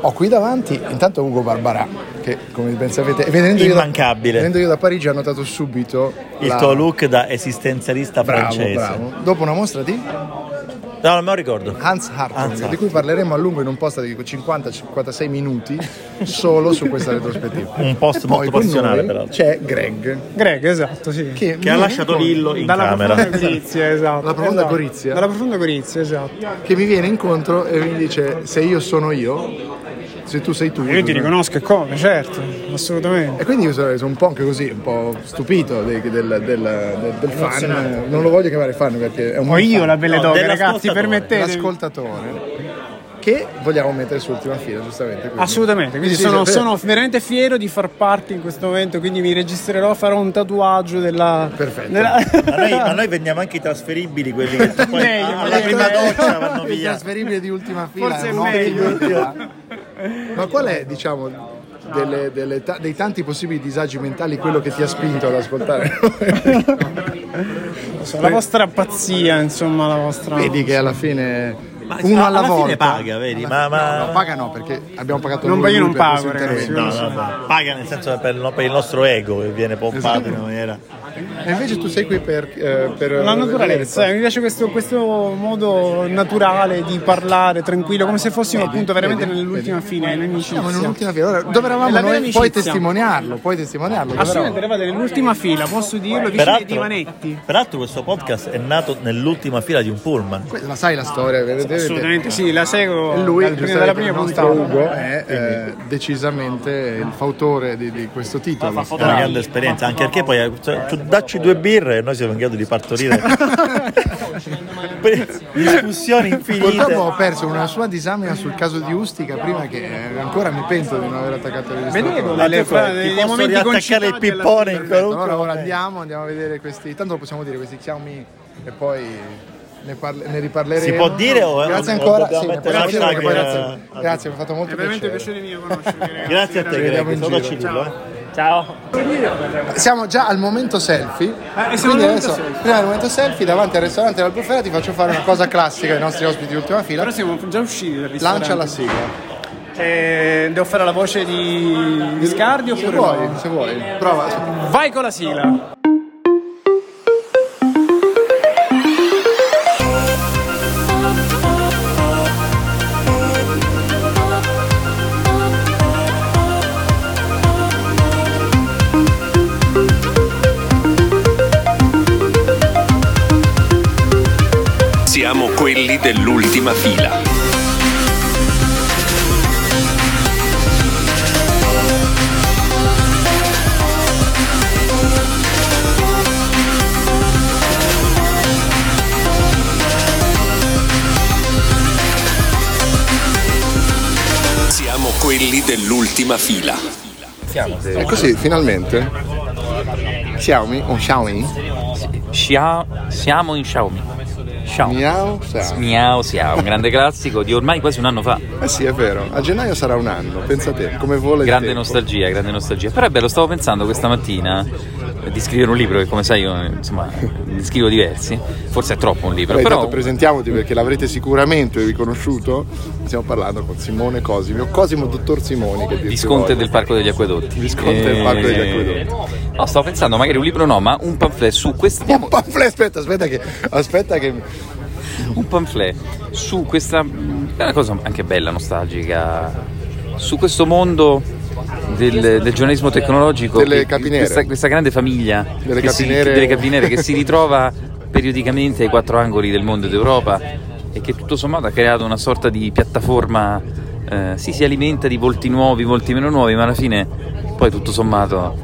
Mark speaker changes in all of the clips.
Speaker 1: Ho qui davanti intanto Ugo Barbarà, che come ben sapete, venendo,
Speaker 2: Immancabile.
Speaker 1: Io, da, venendo io da Parigi ho notato subito
Speaker 2: Il
Speaker 1: la-
Speaker 2: tuo look da esistenzialista
Speaker 1: bravo,
Speaker 2: francese.
Speaker 1: bravo. Dopo una mostra di
Speaker 2: No, non me lo ricordo.
Speaker 1: Hans Hartung,
Speaker 2: Hans Hartung.
Speaker 1: di cui parleremo a lungo in un post di 50-56 minuti solo su questa retrospettiva.
Speaker 2: Un post
Speaker 1: E poi
Speaker 2: molto
Speaker 1: con
Speaker 2: passionale,
Speaker 1: noi
Speaker 2: peraltro.
Speaker 1: C'è Greg,
Speaker 3: Greg, esatto, sì.
Speaker 1: che,
Speaker 2: Che ha
Speaker 1: mi
Speaker 2: lasciato
Speaker 1: incontra-
Speaker 2: Lillo in
Speaker 3: Dalla
Speaker 2: camera.
Speaker 3: profonda Gorizia, esatto.
Speaker 1: Dalla profonda
Speaker 3: Esatto.
Speaker 1: Gorizia.
Speaker 3: Dalla profonda Gorizia, esatto.
Speaker 1: che mi viene incontro e mi dice se io sono io, se tu sei tu.
Speaker 3: Io ti riconosco e come, certo, assolutamente.
Speaker 1: E quindi io sono reso un po' anche così, un po' stupito de- del, del- del- del fan. Non lo voglio chiamare fan perché è un
Speaker 3: Ho io
Speaker 1: fan.
Speaker 3: la belle
Speaker 2: No,
Speaker 3: doghe,
Speaker 2: dell'ascoltatore.
Speaker 3: ragazzi, permettetemi.
Speaker 1: l'ascoltatore che vogliamo mettere sull'ultima fila, giustamente. quindi.
Speaker 3: Assolutamente, quindi
Speaker 1: Sì, sì,
Speaker 3: sono,
Speaker 1: sì,
Speaker 3: sono veramente fiero di far parte in questo momento, quindi mi registrerò, farò un tatuaggio della...
Speaker 1: Perfetto.
Speaker 2: Ma noi, ma noi vendiamo anche i trasferibili, quelli che tu poi
Speaker 3: Meglio,
Speaker 2: alla
Speaker 3: meglio.
Speaker 2: prima doccia vanno
Speaker 1: Il
Speaker 2: via.
Speaker 1: trasferibile di ultima fila.
Speaker 3: Forse è
Speaker 1: no?
Speaker 3: meglio.
Speaker 1: Di ultima fila. Ma qual è, diciamo, delle- delle ta- dei tanti possibili disagi mentali quello che ti ha spinto ad ascoltare?
Speaker 3: la vostra pazzia, insomma, la vostra...
Speaker 1: Vedi che alla fine...
Speaker 2: Ma
Speaker 1: Uno
Speaker 2: alla
Speaker 1: alla,
Speaker 2: fine
Speaker 1: volta
Speaker 2: paga, vedi, ma- ma-
Speaker 1: No, no, paga no, perché abbiamo pagato
Speaker 3: Non
Speaker 1: noi,
Speaker 3: voglio
Speaker 1: lui
Speaker 3: non
Speaker 1: per questo
Speaker 3: pago, ragazzi,
Speaker 1: intervento.
Speaker 2: No, no, no. Paga nel senso per, il- per il nostro ego che viene
Speaker 1: Esatto.
Speaker 2: pompato in maniera.
Speaker 1: E invece tu sei qui per... eh, per
Speaker 3: La naturalezza, eh, mi piace questo, questo modo naturale di parlare, tranquillo, come se fossimo appunto veramente
Speaker 1: vedi,
Speaker 3: nell'ultima fine, in amicizia.
Speaker 1: Siamo in un'ultima fila. Allora, dove
Speaker 3: È
Speaker 1: eravamo
Speaker 3: la vera
Speaker 1: noi?
Speaker 3: amicizia.
Speaker 1: Puoi testimoniarlo, puoi testimoniarlo. dove
Speaker 3: Assolutamente, eravate nell'ultima fila, posso dirlo, vicino ai divanetti.
Speaker 2: peraltro questo podcast è nato nell'ultima fila di un pullman.
Speaker 1: eravamo? La sai la storia, vedete?
Speaker 3: Assolutamente sì, la seguo
Speaker 1: E Lui,
Speaker 3: dal-
Speaker 1: giustamente,
Speaker 3: dalla
Speaker 1: il
Speaker 3: prima
Speaker 1: nostro
Speaker 3: puntata.
Speaker 1: Ugo è eh, decisamente il fautore di, di questo titolo.
Speaker 2: È una grande esperienza, anche perché poi eh, cioè, tu dacci due birre e noi siamo in grado di partorire Per- discussioni
Speaker 1: Purtroppo ho
Speaker 2: infinite.
Speaker 1: perso una sua disamina sul caso di Ustica prima che eh, ancora mi pento di non aver attaccato il registratore.
Speaker 3: Vedevo
Speaker 2: Ma
Speaker 3: delle
Speaker 2: tu fai-
Speaker 3: fra-
Speaker 2: ti
Speaker 3: dei
Speaker 2: posso
Speaker 3: momenti
Speaker 2: riattaccare il
Speaker 3: concitati alla
Speaker 2: pippone
Speaker 3: fine.
Speaker 2: in
Speaker 1: Allora
Speaker 2: qualunque
Speaker 1: ora andiamo, andiamo a vedere questi. Tanto lo possiamo dire, questi chiami e poi. Ne, parle- ne riparleremo.
Speaker 2: Si può dire o-
Speaker 1: Grazie
Speaker 2: o
Speaker 1: ancora.
Speaker 2: dobbiamo
Speaker 1: Sì, ne
Speaker 2: mettere
Speaker 1: possiamo
Speaker 2: hashtag,
Speaker 1: dire, grazie,
Speaker 2: eh,
Speaker 1: grazie, mi ha fatto
Speaker 3: È
Speaker 1: molto
Speaker 3: veramente
Speaker 1: piacere.
Speaker 3: un piacere mio conoscervi, ragazzi.
Speaker 2: Grazie a te,
Speaker 3: veramente.
Speaker 1: vediamo
Speaker 2: Greg.
Speaker 1: in
Speaker 2: Sono
Speaker 1: giro.
Speaker 2: Cirillo. eh.
Speaker 1: Siamo già al momento selfie.
Speaker 3: Eh, al
Speaker 1: quindi
Speaker 3: momento
Speaker 1: adesso,
Speaker 3: selfie.
Speaker 1: prima del momento selfie, davanti al ristorante dell'Albufera, ti faccio fare una cosa classica ai nostri ospiti di ultima
Speaker 3: Però
Speaker 1: fila.
Speaker 3: siamo già usciti dal ristorante.
Speaker 1: Lancia la sigla.
Speaker 3: Eh, devo fare la voce di, di Scardi
Speaker 1: Se
Speaker 3: oppure
Speaker 1: vuoi,
Speaker 3: no?
Speaker 1: se vuoi. Prova.
Speaker 3: Vai con la sigla.
Speaker 4: Siamo quelli dell'ultima fila. Siamo quelli dell'ultima fila.
Speaker 1: E così, finalmente. Xiaomi o Xiaomi?
Speaker 5: Xia- siamo in Xiaomi. Xiaomi.
Speaker 1: Miao Xiaomi.
Speaker 5: Miao Xiao, un grande classico di ormai quasi un anno fa.
Speaker 1: Eh sì, è vero. A gennaio sarà un anno, pensate, come vuole il
Speaker 5: Grande
Speaker 1: tempo.
Speaker 5: nostalgia, grande nostalgia. Però è bello, stavo pensando questa mattina eh, di scrivere un libro che come sai io eh, insomma ne scrivo diversi. Forse è troppo un libro,
Speaker 1: Beh,
Speaker 5: però
Speaker 1: intanto presentiamoti perché l'avrete sicuramente riconosciuto. Stiamo parlando con Simone Cosimio, Cosimo Dottor Simoni. Che dir si
Speaker 5: Visconte
Speaker 1: voglia.
Speaker 5: del Parco degli Acquedotti. Eh,
Speaker 1: Visconte del Parco degli Acquedotti.
Speaker 5: No, stavo pensando magari un libro no, ma un pamphlet su questa
Speaker 1: Un pamphlet, aspetta, aspetta che, aspetta che
Speaker 5: un pamphlet su questa mh, è una cosa anche bella, nostalgica, su questo mondo del, del giornalismo tecnologico,
Speaker 1: Delle
Speaker 5: che-
Speaker 1: capinere.
Speaker 5: Questa, questa grande famiglia
Speaker 1: Delle
Speaker 5: che si-
Speaker 1: capinere.
Speaker 5: delle capinere che si ritrova periodicamente ai quattro angoli del mondo ed Europa e che tutto sommato ha creato una sorta di piattaforma, eh, sì, si alimenta di volti nuovi, volti meno nuovi, ma alla fine poi tutto sommato...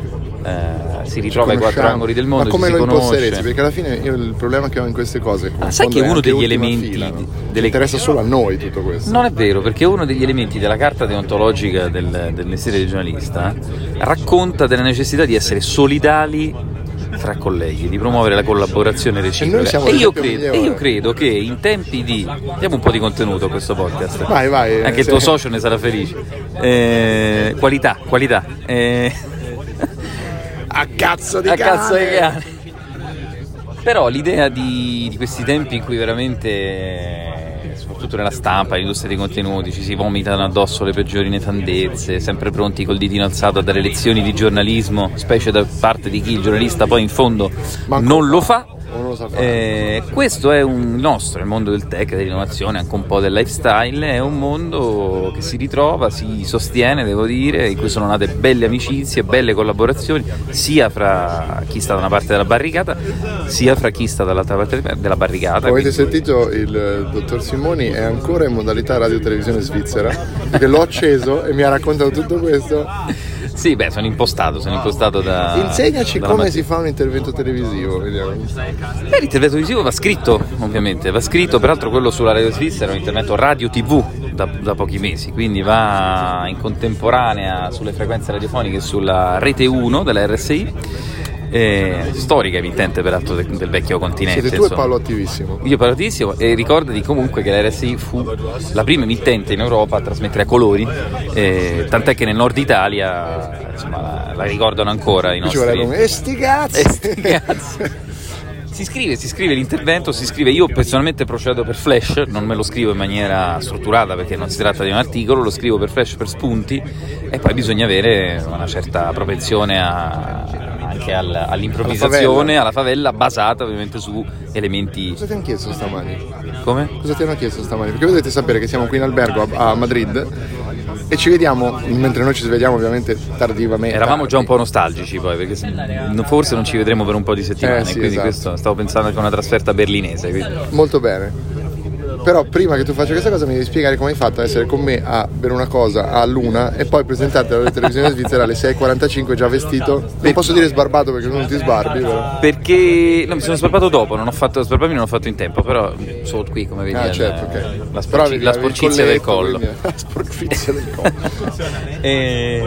Speaker 5: eh, si ritrova ai quattro
Speaker 1: conosciamo.
Speaker 5: angoli del mondo
Speaker 1: Ma come
Speaker 5: ci si
Speaker 1: lo imposteresti?
Speaker 5: conosce
Speaker 1: Perché alla fine io il problema che ho in queste cose.
Speaker 5: Ah, sai
Speaker 1: in fondo,
Speaker 5: che
Speaker 1: è
Speaker 5: uno
Speaker 1: anche
Speaker 5: degli
Speaker 1: ultima
Speaker 5: elementi
Speaker 1: fila,
Speaker 5: di-
Speaker 1: no?
Speaker 5: delle-
Speaker 1: interessa solo a noi tutto questo.
Speaker 5: Non è vero, perché uno degli elementi della carta deontologica del, del mestiere del giornalista racconta della necessità di essere solidali fra colleghi, di promuovere la collaborazione
Speaker 1: E noi
Speaker 5: reciproca.
Speaker 1: siamo
Speaker 5: E io,
Speaker 1: l'esempio
Speaker 5: credo, e
Speaker 1: migliore.
Speaker 5: io credo che in tempi di. diamo un po' di contenuto a questo podcast.
Speaker 1: Vai, vai,
Speaker 5: Anche
Speaker 1: eh,
Speaker 5: il tuo
Speaker 1: sì.
Speaker 5: socio ne sarà felice. Eh, qualità, qualità. Eh,
Speaker 1: A cazzo di
Speaker 5: a
Speaker 1: cane!
Speaker 5: cazzo di cane. Però l'idea di, di questi tempi in cui veramente eh, soprattutto nella stampa, nell'industria dei contenuti, ci si vomitano addosso le peggiori nefandezze, sempre pronti col ditino alzato a dare lezioni di giornalismo, specie da parte di chi il giornalista poi in fondo
Speaker 6: Manco
Speaker 5: non lo fa.
Speaker 6: o non lo sa fare.
Speaker 5: Eh, questo è un nostro, il mondo del tech, dell'innovazione, anche un po' del lifestyle, è un mondo che si ritrova, si sostiene, devo dire, in cui sono nate belle amicizie, belle collaborazioni, sia fra chi sta da una parte della barricata, sia fra chi sta dall'altra parte della barricata.
Speaker 1: Avete
Speaker 5: quindi-
Speaker 1: sentito il eh, dottor Simoni è ancora in modalità radio televisione svizzera perché l'ho acceso e mi ha raccontato tutto questo.
Speaker 5: Sì, beh, sono impostato, sono impostato da...
Speaker 1: Ah. Insegnaci
Speaker 5: Eh, dalla
Speaker 1: come
Speaker 5: mattina.
Speaker 1: si fa un intervento televisivo, vediamo.
Speaker 5: Beh, l'intervento visivo va scritto, ovviamente, va scritto, peraltro quello sulla Radio Svizzera è un intervento radio TV da, da pochi mesi, quindi va in contemporanea sulle frequenze radiofoniche sulla rete 1 della RSI, eh, storica emittente peraltro de- del vecchio continente.
Speaker 1: Siete tu e
Speaker 5: insomma.
Speaker 1: Paolo attivissimo.
Speaker 5: Io parlo tantissimo e ricordati comunque che la RSI fu la prima emittente in Europa a trasmettere a colori, eh, tant'è che nel nord Italia insomma, la, la ricordano ancora i
Speaker 1: Qui ci
Speaker 5: nostri...
Speaker 1: vorrà come e sti cazzi.
Speaker 5: Eh, sti cazzi. Si scrive, si scrive l'intervento, si scrive io personalmente procedo per flash, non me lo scrivo in maniera strutturata perché non si tratta di un articolo, lo scrivo per flash per spunti e poi bisogna avere una certa propensione a- anche al- all'improvvisazione, alla favella basata ovviamente su elementi
Speaker 1: Cosa ti hanno chiesto stamani?
Speaker 5: come?
Speaker 1: Cosa ti hanno chiesto stamani? Perché voi dovete sapere che siamo qui in albergo a, a Madrid e ci vediamo, mentre noi ci svegliamo ovviamente tardivamente.
Speaker 5: Eravamo già un po' nostalgici poi perché se- no- forse non ci vedremo per un po' di settimane,
Speaker 1: Eh, sì,
Speaker 5: quindi
Speaker 1: esatto.
Speaker 5: questo stavo pensando anche a una trasferta berlinese. quindi-
Speaker 1: Molto bene. Però prima che tu faccia questa cosa mi devi spiegare come hai fatto a essere con me a bere una cosa a luna e poi presentarti alla televisione svizzera alle 6.45 già vestito. Non posso dire sbarbato perché non ti sbarbi, però.
Speaker 5: Perché no, mi sono sbarbato dopo, non ho fatto sbarbarmi non ho fatto in tempo, però sono qui come vedi
Speaker 1: Ah,
Speaker 5: al-
Speaker 1: certo, ok.
Speaker 5: la, sporci-
Speaker 1: Però avevi-
Speaker 5: la
Speaker 1: avevi il
Speaker 5: sporcizia del eh,
Speaker 1: colletto,
Speaker 5: collo.
Speaker 1: quindi- La sporcizia del collo.
Speaker 5: E,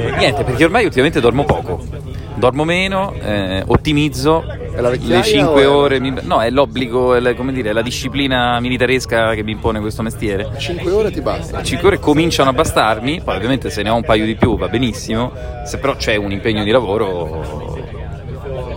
Speaker 5: Eh, niente, perché ormai ultimamente dormo poco. Dormo meno, eh, ottimizzo
Speaker 1: la vecchiaia
Speaker 5: le 5
Speaker 1: o è-
Speaker 5: ore. mi- No, è l'obbligo, è la, come dire, è la disciplina militaresca che mi impone questo mestiere.
Speaker 1: 5 ore ti basta.
Speaker 5: 5 ore cominciano a bastarmi, poi ovviamente se ne ho un paio di più va benissimo, se però c'è un impegno di lavoro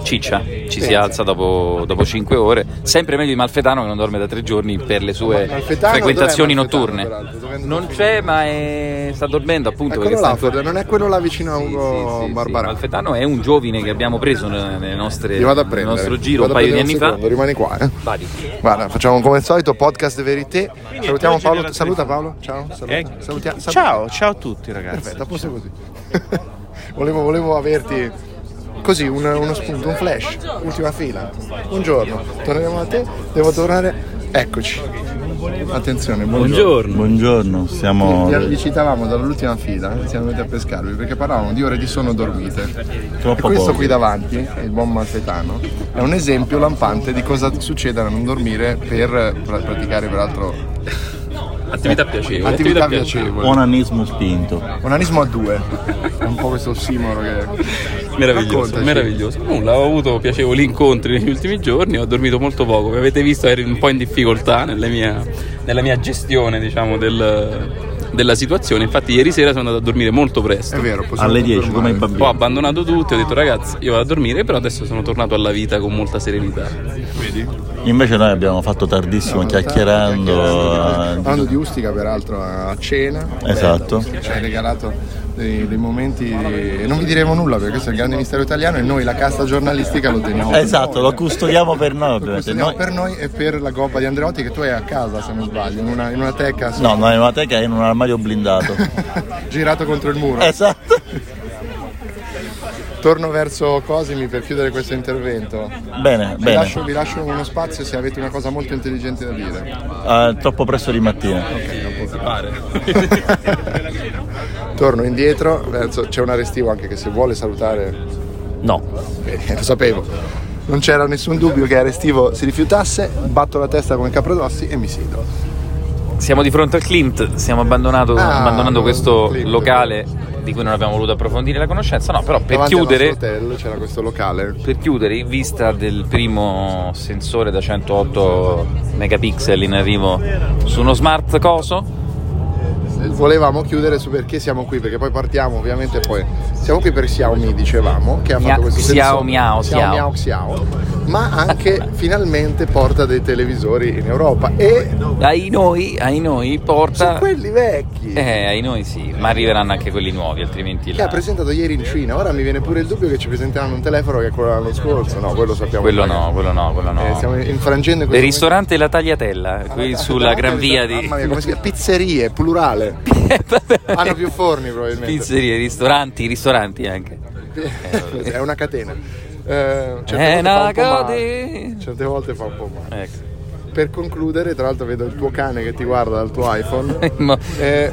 Speaker 5: ciccia, ci si alza dopo, 5 ore, sempre meglio di Malfetano che non dorme da 3 giorni per le sue
Speaker 1: Malfetano,
Speaker 5: frequentazioni
Speaker 1: dov'è Malfetano,
Speaker 5: notturne.
Speaker 1: peraltro? Dov'è andato?
Speaker 5: Non c'è ma è- sta dormendo appunto
Speaker 1: È
Speaker 5: perché
Speaker 1: quello
Speaker 5: sta
Speaker 1: là,
Speaker 5: in-
Speaker 1: Ford, non è quello là vicino a
Speaker 5: Sì,
Speaker 1: Ugo
Speaker 5: sì, sì, sì.
Speaker 1: Barbarà.
Speaker 5: Malfetano è un giovane che abbiamo preso nel, nelle nostre-
Speaker 1: Li vado a
Speaker 5: nel
Speaker 1: prendere.
Speaker 5: nostro giro un
Speaker 1: Vado a
Speaker 5: paio di
Speaker 1: prendere
Speaker 5: anni
Speaker 1: un
Speaker 5: fa.
Speaker 1: secondo, Rimani qua, eh.
Speaker 5: Vadi.
Speaker 1: Guarda, facciamo come al solito podcast Verité. Salutiamo Paolo. Saluta Paolo. Ciao. Saluta. Salutia- sal-
Speaker 7: Eh, Ciao, ciao a tutti ragazzi.
Speaker 1: Perfetto, a posto così. volevo, volevo averti così un- uno spunto, un flash, ultima fila. Un giorno torneremo a te, devo tornare. Eccoci. Attenzione, buongiorno.
Speaker 2: Buongiorno, siamo.
Speaker 1: Vi- Vi citavamo dall'ultima fila, eh, siamo venuti a pescarvi perché parlavamo di ore di sonno dormite.
Speaker 2: Troppo
Speaker 1: e questo
Speaker 2: poche.
Speaker 1: qui davanti, il buon Malfetano, è un esempio lampante di cosa succede a non dormire per pra- praticare peraltro
Speaker 5: Attività piacevole.
Speaker 1: attività piacevoli.
Speaker 2: Onanismo spinto.
Speaker 1: Un anismo a due, è un po' questo ossimoro che... Meraviglioso, Raccontaci. meraviglioso.
Speaker 8: Nulla, ho avuto piacevoli incontri negli ultimi giorni, ho dormito molto poco. Come avete visto ero un po' in difficoltà nella mia, nella mia gestione, diciamo, del- della situazione. Infatti ieri sera sono andato a dormire molto presto.
Speaker 1: È vero, possiamo
Speaker 2: Alle 10
Speaker 1: confermare.
Speaker 2: come i
Speaker 8: Ho
Speaker 2: bambini.
Speaker 8: abbandonato tutto, ho detto ragazzi, io vado a dormire, però adesso sono tornato alla vita con molta serenità.
Speaker 2: Invece noi abbiamo fatto tardissimo eh, chiacchierando.
Speaker 1: Parlando di Ustica peraltro a cena.
Speaker 2: Esatto.
Speaker 1: Bello, Ci hai Eh, regalato dei, dei momenti... e Non vi diremo nulla perché questo è il grande mistero italiano e noi la casta giornalistica lo teniamo. per
Speaker 2: Esatto, lo custodiamo per noi
Speaker 1: Lo
Speaker 2: ovviamente.
Speaker 1: custodiamo
Speaker 2: Noi-
Speaker 1: per noi e per la gobba di Andreotti che tu hai a casa se non sbaglio, in una, in una teca su-
Speaker 2: No, non è una teca, è in un armadio blindato.
Speaker 1: girato contro il muro.
Speaker 2: esatto.
Speaker 1: Torno verso Cosimi per chiudere questo intervento.
Speaker 2: Bene,
Speaker 1: Vi
Speaker 2: bene.
Speaker 1: lascio, vi lascio uno spazio se avete una cosa molto intelligente da dire.
Speaker 2: Eh, troppo presto di mattina.
Speaker 1: Torno indietro, verso- c'è un arestivo anche che se vuole salutare
Speaker 2: No.
Speaker 1: Eh, lo sapevo. Non c'era nessun dubbio che Arestivo si rifiutasse, batto la testa come Caprodossi e mi siedo.
Speaker 5: Siamo di fronte al Clint, stiamo abbandonato-
Speaker 1: Ah,
Speaker 5: abbandonando
Speaker 1: no,
Speaker 5: questo
Speaker 1: Clint.
Speaker 5: locale di cui non abbiamo voluto approfondire la conoscenza, no, però per
Speaker 1: Davanti al
Speaker 5: chiudere,
Speaker 1: nostro hotel c'era questo locale.
Speaker 5: per chiudere, in vista del primo sensore da 108 megapixel in arrivo su uno smart coso,
Speaker 1: Eh, volevamo chiudere su perché siamo qui, perché poi partiamo ovviamente poi. Siamo qui per Xiaomi, dicevamo, che ha
Speaker 7: Mia-
Speaker 1: fatto questo
Speaker 7: Xiao,
Speaker 1: sensore-
Speaker 7: miao,
Speaker 1: Xiao,
Speaker 7: Xiao.
Speaker 1: miao, Xiao, ma anche finalmente porta dei televisori in Europa e
Speaker 7: Ai noi, ai noi porta...
Speaker 1: su quelli vecchi.
Speaker 7: Eh, ai noi sì, ma arriveranno anche quelli nuovi, altrimenti...
Speaker 1: Che
Speaker 7: la-
Speaker 1: ha presentato ieri in Cina, ora mi viene pure il dubbio che ci presenteranno un telefono che è quello dell'anno scorso, no, quello sappiamo.
Speaker 7: Quello
Speaker 1: già che-
Speaker 7: no, quello no, quello no.
Speaker 1: Eh, stiamo infrangendo in
Speaker 7: Il
Speaker 1: questo
Speaker 7: ristorante La Tagliatella, qui
Speaker 1: momento-
Speaker 7: sulla Gran Via di...
Speaker 1: Mamma mia, come si chiama? Pizzerie, plurale. Hanno più forni probabilmente.
Speaker 7: Pizzerie, ristoranti, ristoranti anche.
Speaker 1: è una catena. Eh, certe volte
Speaker 7: È
Speaker 1: fa un po'
Speaker 7: una
Speaker 1: male.
Speaker 7: catena.
Speaker 1: Certe volte fa un po' male.
Speaker 7: Ecco.
Speaker 1: Per concludere, tra l'altro vedo il tuo cane che ti guarda dal tuo iPhone.
Speaker 7: Ma-
Speaker 1: Eh,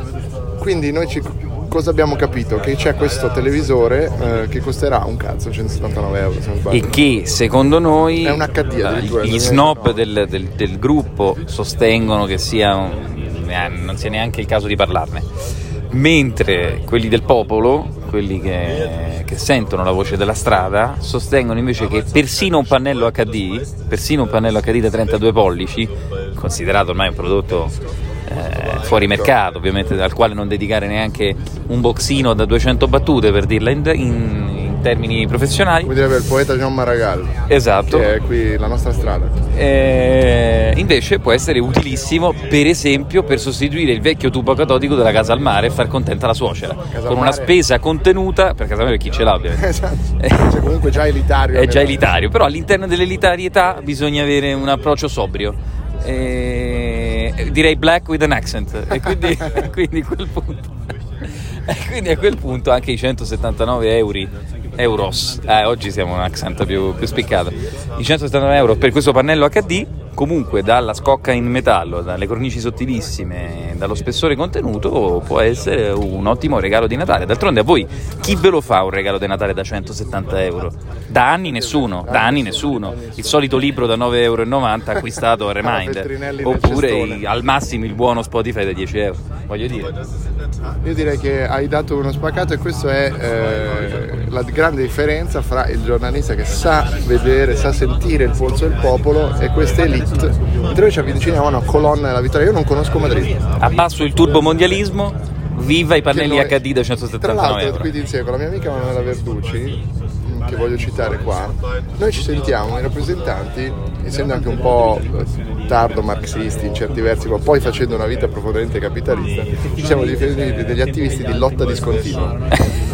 Speaker 1: quindi noi ci- cosa abbiamo capito? Che c'è questo televisore eh, che costerà un cazzo, 179 euro se non sbaglio.
Speaker 7: E che secondo noi
Speaker 1: È un HD addirittura,
Speaker 7: eh, gli
Speaker 1: non è-
Speaker 7: snob
Speaker 1: no.
Speaker 7: del, del- del gruppo sostengono che sia un- eh, non sia neanche il caso di parlarne. Mentre quelli del popolo, quelli che, che sentono la voce della strada, sostengono invece che persino un pannello HD, persino un pannello HD da 32 pollici, considerato ormai un prodotto eh, fuori mercato, ovviamente al quale non dedicare neanche un boxino da 200 battute per dirla in- in- in termini professionali,
Speaker 1: Come direbbe il poeta Gian Maragall,
Speaker 7: Esatto.
Speaker 1: che è qui la nostra strada.
Speaker 7: Eh, invece può essere utilissimo, per esempio, per sostituire il vecchio tubo catodico della casa al mare e far contenta la suocera. con una
Speaker 1: mare.
Speaker 7: spesa contenuta, per casa al mare per chi ce l'ha ovviamente.
Speaker 1: Esatto. Cioè, comunque già elitario.
Speaker 7: È già
Speaker 1: nella-
Speaker 7: elitario, però all'interno dell'elitarietà bisogna avere un approccio sobrio. Eh, direi black with an accent. E quindi, quindi a quel punto. e quindi a quel punto anche i 179 euro euros, eh, oggi siamo un accent più, più spiccato, i 179 euro per questo pannello HD, comunque dalla scocca in metallo, dalle cornici sottilissime, dallo spessore contenuto, può essere un ottimo regalo di Natale. D'altronde a voi chi ve lo fa un regalo di Natale da 170 euro? Da anni nessuno, da anni nessuno. Il solito libro da 9,90 euro acquistato a Reminder,
Speaker 1: Feltrinelli nel
Speaker 7: oppure
Speaker 1: cestone.
Speaker 7: i- al massimo il buono Spotify da 10 euro, voglio dire.
Speaker 1: Io direi che hai dato uno spaccato e questa è eh, la grande differenza fra il giornalista che sa vedere, sa sentire il polso del popolo e questa elite. Mentre noi ci avviciniamo a una colonna della vittoria. Io non conosco Madrid.
Speaker 7: Abbasso il turbomondialismo, viva i pannelli
Speaker 1: Che noi-
Speaker 7: HD da
Speaker 1: Tra
Speaker 7: 179
Speaker 1: l'altro,
Speaker 7: euro.
Speaker 1: qui ti insieme con la mia amica Manuela Verducci, mh, che voglio citare qua, noi ci sentiamo i rappresentanti, essendo anche un po' eh, tardo marxisti in certi versi, ma poi facendo una vita profondamente capitalista, ci siamo definiti degli attivisti di lotta discontinua.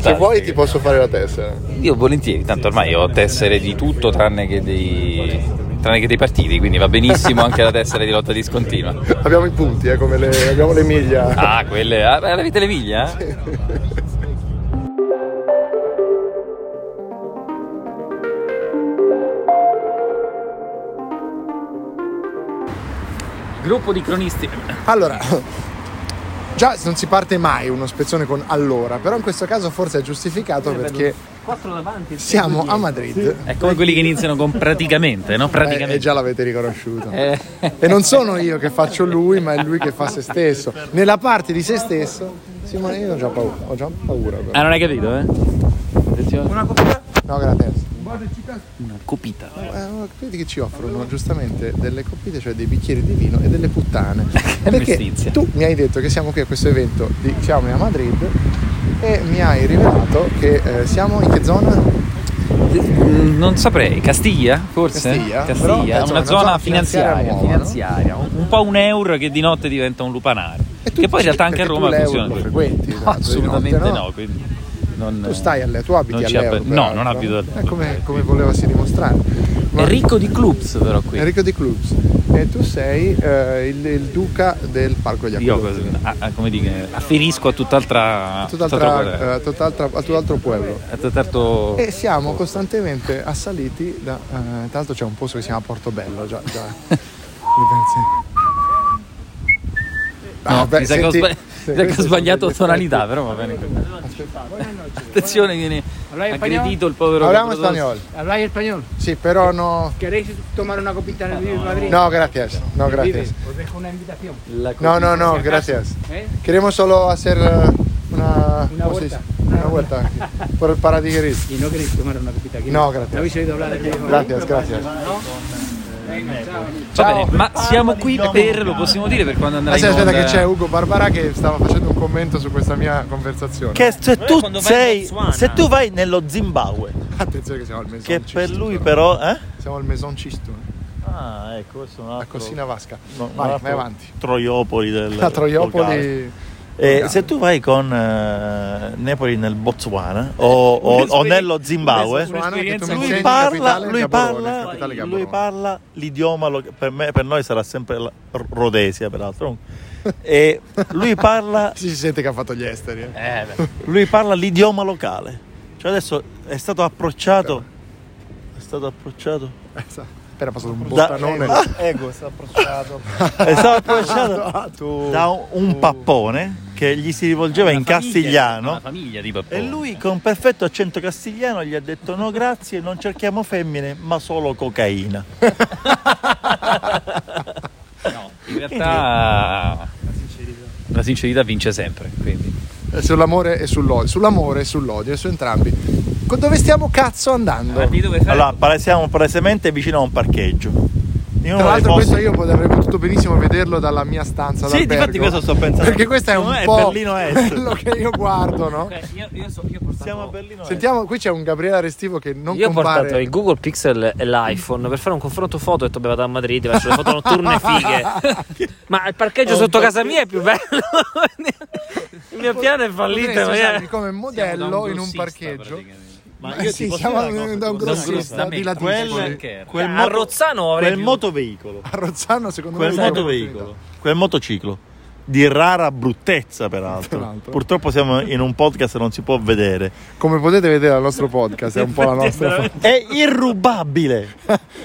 Speaker 1: Se vuoi ti posso fare la tessera.
Speaker 7: Io volentieri, tanto ormai ho tessere di tutto tranne che dei, tranne che dei partiti, quindi va benissimo anche la tessera di lotta discontinua.
Speaker 1: Abbiamo i punti, eh, come le, abbiamo le miglia.
Speaker 7: Ah, quelle. Ah, beh, avete le miglia? Gruppo di cronisti.
Speaker 9: Allora, già non si parte mai uno spezzone con allora, però in questo caso forse è giustificato perché siamo a Madrid. Eh,
Speaker 7: È come quelli che iniziano con praticamente, no?
Speaker 1: Eh, E
Speaker 7: Praticamente.
Speaker 1: già l'avete riconosciuto.
Speaker 7: Eh,
Speaker 9: E non sono io che faccio lui, ma è lui che fa se stesso. Nella parte di se stesso, Simone, io ho già paura. Ho già paura però.
Speaker 7: Ah, non hai capito, eh? Attenzione. Una
Speaker 9: No, grazie.
Speaker 7: copita.
Speaker 1: Eh, vedi che ci offrono giustamente delle coppite, cioè dei bicchieri di vino e delle puttane. Perché
Speaker 7: mestizia.
Speaker 1: tu mi hai detto che siamo qui a questo evento di Xiaomi a Madrid e mi hai rivelato che eh, siamo in che zona?
Speaker 7: Mm, Non saprei, Castiglia forse?
Speaker 1: Castiglia? Però, eh,
Speaker 7: una,
Speaker 1: insomma,
Speaker 7: zona,
Speaker 1: una zona finanziaria
Speaker 7: finanziaria,
Speaker 1: nuova, no?
Speaker 7: finanziaria. Un, un po' un euro che di notte diventa un lupanare.
Speaker 1: E tu
Speaker 7: che poi in
Speaker 1: dici-
Speaker 7: realtà anche a
Speaker 1: perché tu
Speaker 7: Roma
Speaker 1: l'euro
Speaker 7: funziona
Speaker 1: lo
Speaker 7: così.
Speaker 1: frequenti,
Speaker 7: No,
Speaker 1: tanto di
Speaker 7: assolutamente
Speaker 1: notte, no?
Speaker 7: no. quindi non-
Speaker 1: Tu stai alle, tu abiti
Speaker 7: non ci
Speaker 1: all'Euro,
Speaker 7: app- No, non
Speaker 1: peraltro.
Speaker 7: abito
Speaker 1: Eh, come, come volevasi dimostrare. Ma-
Speaker 7: È ricco di clubs però qui.
Speaker 1: Enrico Di Clubs. E tu sei eh, il, il duca del parco degli
Speaker 7: Io
Speaker 1: acquedotti.
Speaker 7: ah, ah, come dire, afferisco a tutt'altra...
Speaker 1: Tutt'altra, eh, tutt'altra, a tutt'altro pueblo.
Speaker 7: a tutt'altro...
Speaker 1: E siamo costantemente assaliti da. eh, tra l'altro c'è un posto che si chiama Portobello, già. già. Ah, beh,
Speaker 7: mi sa che ho,
Speaker 1: senti-
Speaker 7: sbag-
Speaker 1: sì,
Speaker 7: mi sa che ho
Speaker 1: questi sono
Speaker 7: sbagliato
Speaker 1: degli
Speaker 7: tonalità, però va bene. Attenzione, viene
Speaker 3: in spagnolo?
Speaker 7: aggredito il povero.
Speaker 1: Hablamos
Speaker 7: Pedro Dos.
Speaker 1: español.
Speaker 3: ¿Habláis español?
Speaker 1: Sì, però no.
Speaker 3: ¿Queréis tomar una copita en el Vive Madrid?
Speaker 1: No, gracias. No, gracias.
Speaker 3: Os dejo una invitación.
Speaker 7: La
Speaker 1: No, no, no, gracias.
Speaker 3: ¿eh?
Speaker 1: Queremos solo hacer eh, una. ¿cómo se dice? Una vuelta. Por el Paradigeris.
Speaker 3: Y no queréis tomar una copita aquí.
Speaker 1: No, gracias.
Speaker 3: ¿No habéis oído hablar de Vive Madrid?
Speaker 1: Gracias, gracias.
Speaker 5: Va bene, ma
Speaker 3: Ah,
Speaker 5: siamo qui per, lo possiamo dire, per quando andrà in
Speaker 1: Aspetta, aspetta
Speaker 5: onda.
Speaker 1: che c'è Ugo Barbara che stava facendo un commento su questa mia conversazione.
Speaker 2: Che se tu
Speaker 10: quando vai in
Speaker 2: sei.
Speaker 10: Botswana.
Speaker 2: Se tu vai nello Zimbabwe,
Speaker 1: Attenzione che siamo al Meson
Speaker 2: che
Speaker 1: Cisto.
Speaker 2: per lui però. Eh?
Speaker 1: Siamo al Meson Cisto, eh.
Speaker 2: Ah, ecco, questo è un
Speaker 1: la
Speaker 2: altro.
Speaker 1: Cossina Vasca.
Speaker 2: no, un
Speaker 1: vai,
Speaker 2: altro
Speaker 1: vai avanti.
Speaker 2: Troiopoli del.
Speaker 1: La
Speaker 2: Bulgaria.
Speaker 1: Troiopoli
Speaker 2: Eh, se tu vai con eh, Nepoli nel Botswana
Speaker 1: Eh,
Speaker 2: o, o- o nello Zimbabwe,
Speaker 1: Botswana, che tu mi
Speaker 2: lui
Speaker 1: insegni,
Speaker 2: parla,
Speaker 1: capitale
Speaker 2: lui,
Speaker 1: Gaborone,
Speaker 2: parla,
Speaker 1: capitale
Speaker 2: lui
Speaker 1: Gaborone.
Speaker 2: parla l'idioma, lo- per, me, per noi sarà sempre la R- Rhodesia peraltro, e lui parla,
Speaker 1: si sente che ha fatto gli esteri. eh.
Speaker 2: lui parla l'idioma locale, cioè adesso è stato approcciato, è stato approcciato,
Speaker 1: Era passato un
Speaker 2: Da- Eh,
Speaker 1: bottanone.
Speaker 10: Ego, si è approcciato.
Speaker 2: è stato
Speaker 1: Ah,
Speaker 2: approcciato da un, un pappone che gli si rivolgeva in castigliano.
Speaker 5: Una Ah, famiglia boh. di pappone.
Speaker 2: E lui con perfetto accento castigliano gli ha detto no grazie, non cerchiamo femmine, ma solo cocaina.
Speaker 5: In realtà la sincerità vince sempre, quindi.
Speaker 1: Eh, Sull'amore e sull'odio. Sull'amore e sull'odio, e su entrambi. Co- Dove stiamo cazzo andando?
Speaker 2: Allora, pare- siamo palesemente vicino a un parcheggio. In
Speaker 1: Tra
Speaker 2: uno dei
Speaker 1: l'altro questo
Speaker 2: posti...
Speaker 1: io pot- avrei potuto benissimo vederlo dalla mia stanza
Speaker 2: Sì,
Speaker 1: d'albergo.
Speaker 2: difatti questo sto pensando.
Speaker 1: Perché questo è
Speaker 2: Secondo
Speaker 1: un
Speaker 2: me è
Speaker 1: po'
Speaker 2: Berlino Est.
Speaker 1: quello che io guardo, no?
Speaker 10: Io, io, so, io ho portato-
Speaker 2: Siamo a Berlino.
Speaker 1: Sentiamo, qui c'è un Gabriele Restivo che non
Speaker 10: io ho
Speaker 1: compare.
Speaker 10: portato il Google Pixel e l'iPhone per fare un confronto foto. Ho detto, beh, vado a Madrid, faccio le foto notturne fighe. Ma il parcheggio sotto casa mia è più bello. il mio piano è fallito. eh.
Speaker 1: Potresti
Speaker 10: ma-
Speaker 1: usarmi come modello Cioè, in un parcheggio.
Speaker 2: Ma
Speaker 1: Eh sì, siamo da un grossista
Speaker 5: da
Speaker 1: di
Speaker 5: me,
Speaker 1: Latina.
Speaker 2: Quel,
Speaker 5: Quel-
Speaker 2: quel
Speaker 10: a
Speaker 2: moto-
Speaker 10: Rozzano avrei
Speaker 2: quel
Speaker 10: più-
Speaker 2: motoveicolo.
Speaker 1: A Rozzano secondo
Speaker 2: Quel
Speaker 1: me... è
Speaker 2: motoveicolo. Quel motociclo. Di rara bruttezza,
Speaker 1: Tra
Speaker 2: peraltro.
Speaker 1: l'altro.
Speaker 2: Purtroppo siamo in un podcast e non si può vedere.
Speaker 1: Come potete vedere dal nostro podcast è un po' la nostra...
Speaker 2: È irrubabile.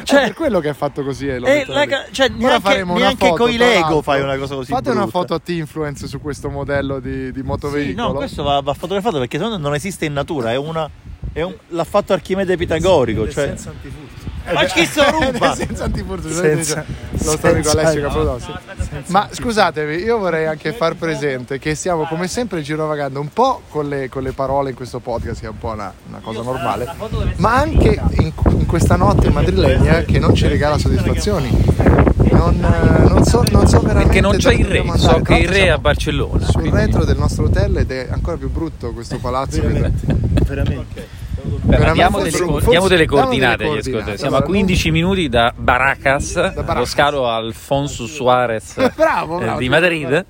Speaker 1: Cioè, per quello che è fatto così eh, l'ho
Speaker 2: Eh,
Speaker 1: detto
Speaker 2: la
Speaker 1: lì.
Speaker 2: ca- cioè,
Speaker 1: Ora
Speaker 2: neanche-
Speaker 1: faremo una
Speaker 2: neanche
Speaker 1: foto,
Speaker 2: coi
Speaker 1: tra
Speaker 2: Lego
Speaker 1: l'altro.
Speaker 2: fai una cosa così
Speaker 1: Fate una
Speaker 2: brutta.
Speaker 1: foto a T-Influence su questo modello di, di
Speaker 2: Sì,
Speaker 1: motoveicolo.
Speaker 2: no, questo va, va fotografato perché secondo me non esiste in natura, è una. È un, l'ha fatto Archimede Pitagorico. Cioè. Ma chi so ruba?
Speaker 1: senza antifurto, lo storico Alessio Caprodossi. Ma scusatevi, io vorrei anche far presente che stiamo come sempre girovagando un po' con le, con le parole in questo podcast, che è un po' una, una cosa normale, ma anche in, in questa notte madrilegna che non ci regala soddisfazioni. Non, eh, non so, non so veramente
Speaker 5: Perché non c'è
Speaker 1: dove
Speaker 5: il re,
Speaker 1: dobbiamo andare.
Speaker 5: so
Speaker 1: Tra
Speaker 5: che il
Speaker 1: l'altro
Speaker 5: re è a
Speaker 1: siamo
Speaker 5: Barcellona.
Speaker 1: sul
Speaker 5: quindi-
Speaker 1: retro del nostro hotel ed è ancora più brutto questo palazzo.
Speaker 2: Veramente.
Speaker 5: Beh, ma
Speaker 1: veramente
Speaker 5: diamo,
Speaker 1: forse-
Speaker 5: delle, co-
Speaker 1: forse-
Speaker 5: diamo delle
Speaker 1: diamo
Speaker 5: coordinate
Speaker 1: delle
Speaker 5: agli ascoltatori.
Speaker 1: coordinate.
Speaker 5: Siamo a
Speaker 1: Allora,
Speaker 5: 15 minuti da Baracas, lo
Speaker 1: Baracas.
Speaker 5: scalo Alfonso Suarez eh,
Speaker 1: Bravo, bravo.
Speaker 5: di Madrid.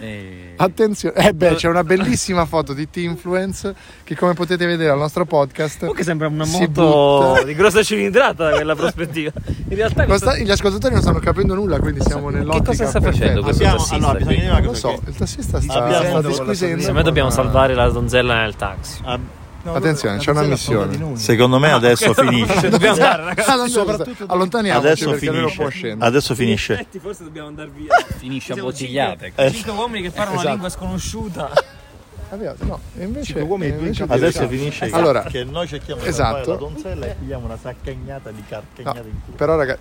Speaker 5: Eh, E-
Speaker 1: Attenzione, eh beh, c'è una bellissima foto di T-Influence che come potete vedere al nostro podcast
Speaker 10: Comunque sembra una
Speaker 1: si
Speaker 10: moto
Speaker 1: butta.
Speaker 10: di grossa cilindrata da quella prospettiva. In realtà
Speaker 1: Lo sta- gli ascoltatori non stanno capendo nulla, quindi siamo
Speaker 5: Che
Speaker 1: nell'ottica
Speaker 5: cosa sta
Speaker 1: perfetta.
Speaker 5: facendo questo
Speaker 2: Abbiamo,
Speaker 5: tassista?
Speaker 2: allora, bisogna
Speaker 5: qui?
Speaker 2: dire una
Speaker 1: Non lo
Speaker 2: cosa.
Speaker 1: so,
Speaker 2: che-
Speaker 1: il tassista sta,
Speaker 2: Abbiamo-
Speaker 1: sta
Speaker 10: secondo
Speaker 1: disquisendo.
Speaker 10: me dobbiamo
Speaker 1: con-
Speaker 10: salvare la donzella nel taxi.
Speaker 2: ah,
Speaker 1: Attenzione, c'è una missione.
Speaker 2: secondo me adesso finisce.
Speaker 10: Dobbiamo andare, ragazzi.
Speaker 1: Soprattutto allontaniamoci
Speaker 2: Adesso
Speaker 1: perché lui non può
Speaker 2: finisce.
Speaker 1: scendere.
Speaker 2: Adesso finisce.
Speaker 10: Forse dobbiamo andare via.
Speaker 5: Finisce a
Speaker 10: Siamo
Speaker 5: bottigliate.
Speaker 10: cinque- Cinque uomini che parlano
Speaker 1: Esatto.
Speaker 10: una lingua sconosciuta.
Speaker 1: Abbiamo- no, e invece, e invece-
Speaker 2: Adesso finisce che-
Speaker 1: Allora,
Speaker 2: che noi cerchiamo di
Speaker 1: esatto.
Speaker 2: salvare la donzella e pigliamo una saccagnata di
Speaker 1: no,
Speaker 2: carcagnata in culo.
Speaker 1: però raga,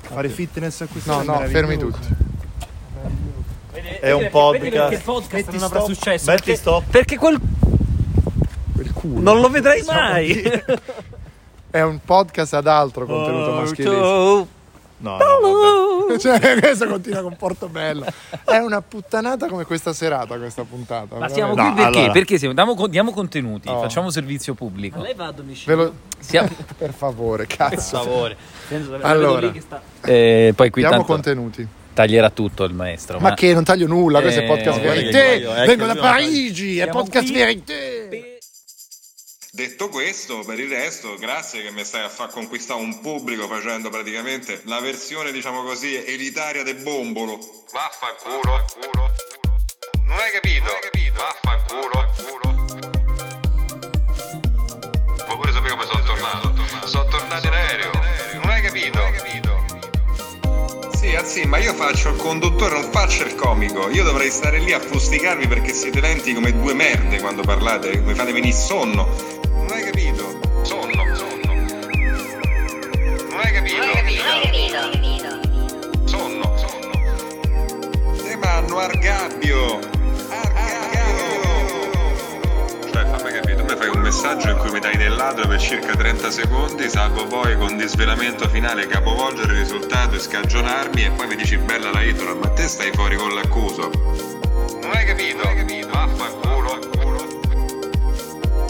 Speaker 11: Fare fitness a questo
Speaker 1: no, no, fermi tutti.
Speaker 2: È un
Speaker 10: Perché il
Speaker 2: podcast.
Speaker 10: podcast non avrà successo.
Speaker 2: Metti
Speaker 10: Perché,
Speaker 2: stop.
Speaker 10: perché quel
Speaker 1: Quel culo.
Speaker 10: non lo vedrai mai.
Speaker 1: È un podcast ad altro contenuto maschilista.
Speaker 2: No, no, vabbè.
Speaker 1: Cioè, questo continua con Portobello. È una puttanata come questa serata, questa puntata.
Speaker 5: Ma siamo
Speaker 2: No,
Speaker 5: qui perché?
Speaker 2: allora.
Speaker 5: Perché siamo- diamo, con- diamo contenuti, facciamo servizio pubblico.
Speaker 10: Lei va a domicilio.
Speaker 1: Ve lo-
Speaker 5: Siamo-
Speaker 1: Per favore, cazzo.
Speaker 10: favore. Senza-
Speaker 1: Allora.
Speaker 10: vedo lì che sta-
Speaker 5: eh, poi qui
Speaker 1: Diamo
Speaker 5: tanto
Speaker 1: contenuti.
Speaker 5: taglierà tutto il maestro.
Speaker 1: Ma che non taglio nulla, questo è
Speaker 5: Eh,
Speaker 1: podcast
Speaker 5: guarda
Speaker 2: che
Speaker 1: verité.
Speaker 2: guaio, eh,
Speaker 1: Vengo da
Speaker 2: che lui non
Speaker 1: Parigi, è podcast verité.
Speaker 12: Detto questo, per il resto, grazie che mi stai a far conquistare un pubblico facendo praticamente la versione, diciamo così, elitaria del bombolo. Vaffanculo, culo. Non hai capito? Non hai capito? Vaffanculo, culo. Ma pure sapevo come sono tornato. Sono tornato in aereo. Non hai capito? Non hai capito? Sì, ah sì, ma io faccio il conduttore, non faccio il comico. Io dovrei stare lì a fustigarvi perché siete lenti come due merde quando parlate, mi fate venire sonno. Non hai capito? Sonno, sonno. Non hai capito? Non hai capito? Sonno, sonno. Semano Argabbio. Argabbio. Cioè, fammi capire, tu mi fai un messaggio messaggio in cui mi dai del ladro per circa 30 secondi, salvo poi con disvelamento finale capovolgere il risultato e scagionarmi e poi mi dici bella la idora, ma te stai fuori con l'accuso. Non hai capito? Non hai capito? Affanculo,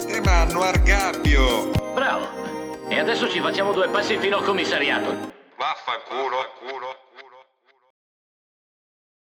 Speaker 12: Te vanno al gabbio!
Speaker 13: Bravo. E adesso ci facciamo due passi fino al commissariato.
Speaker 12: Vaffanculo, culo.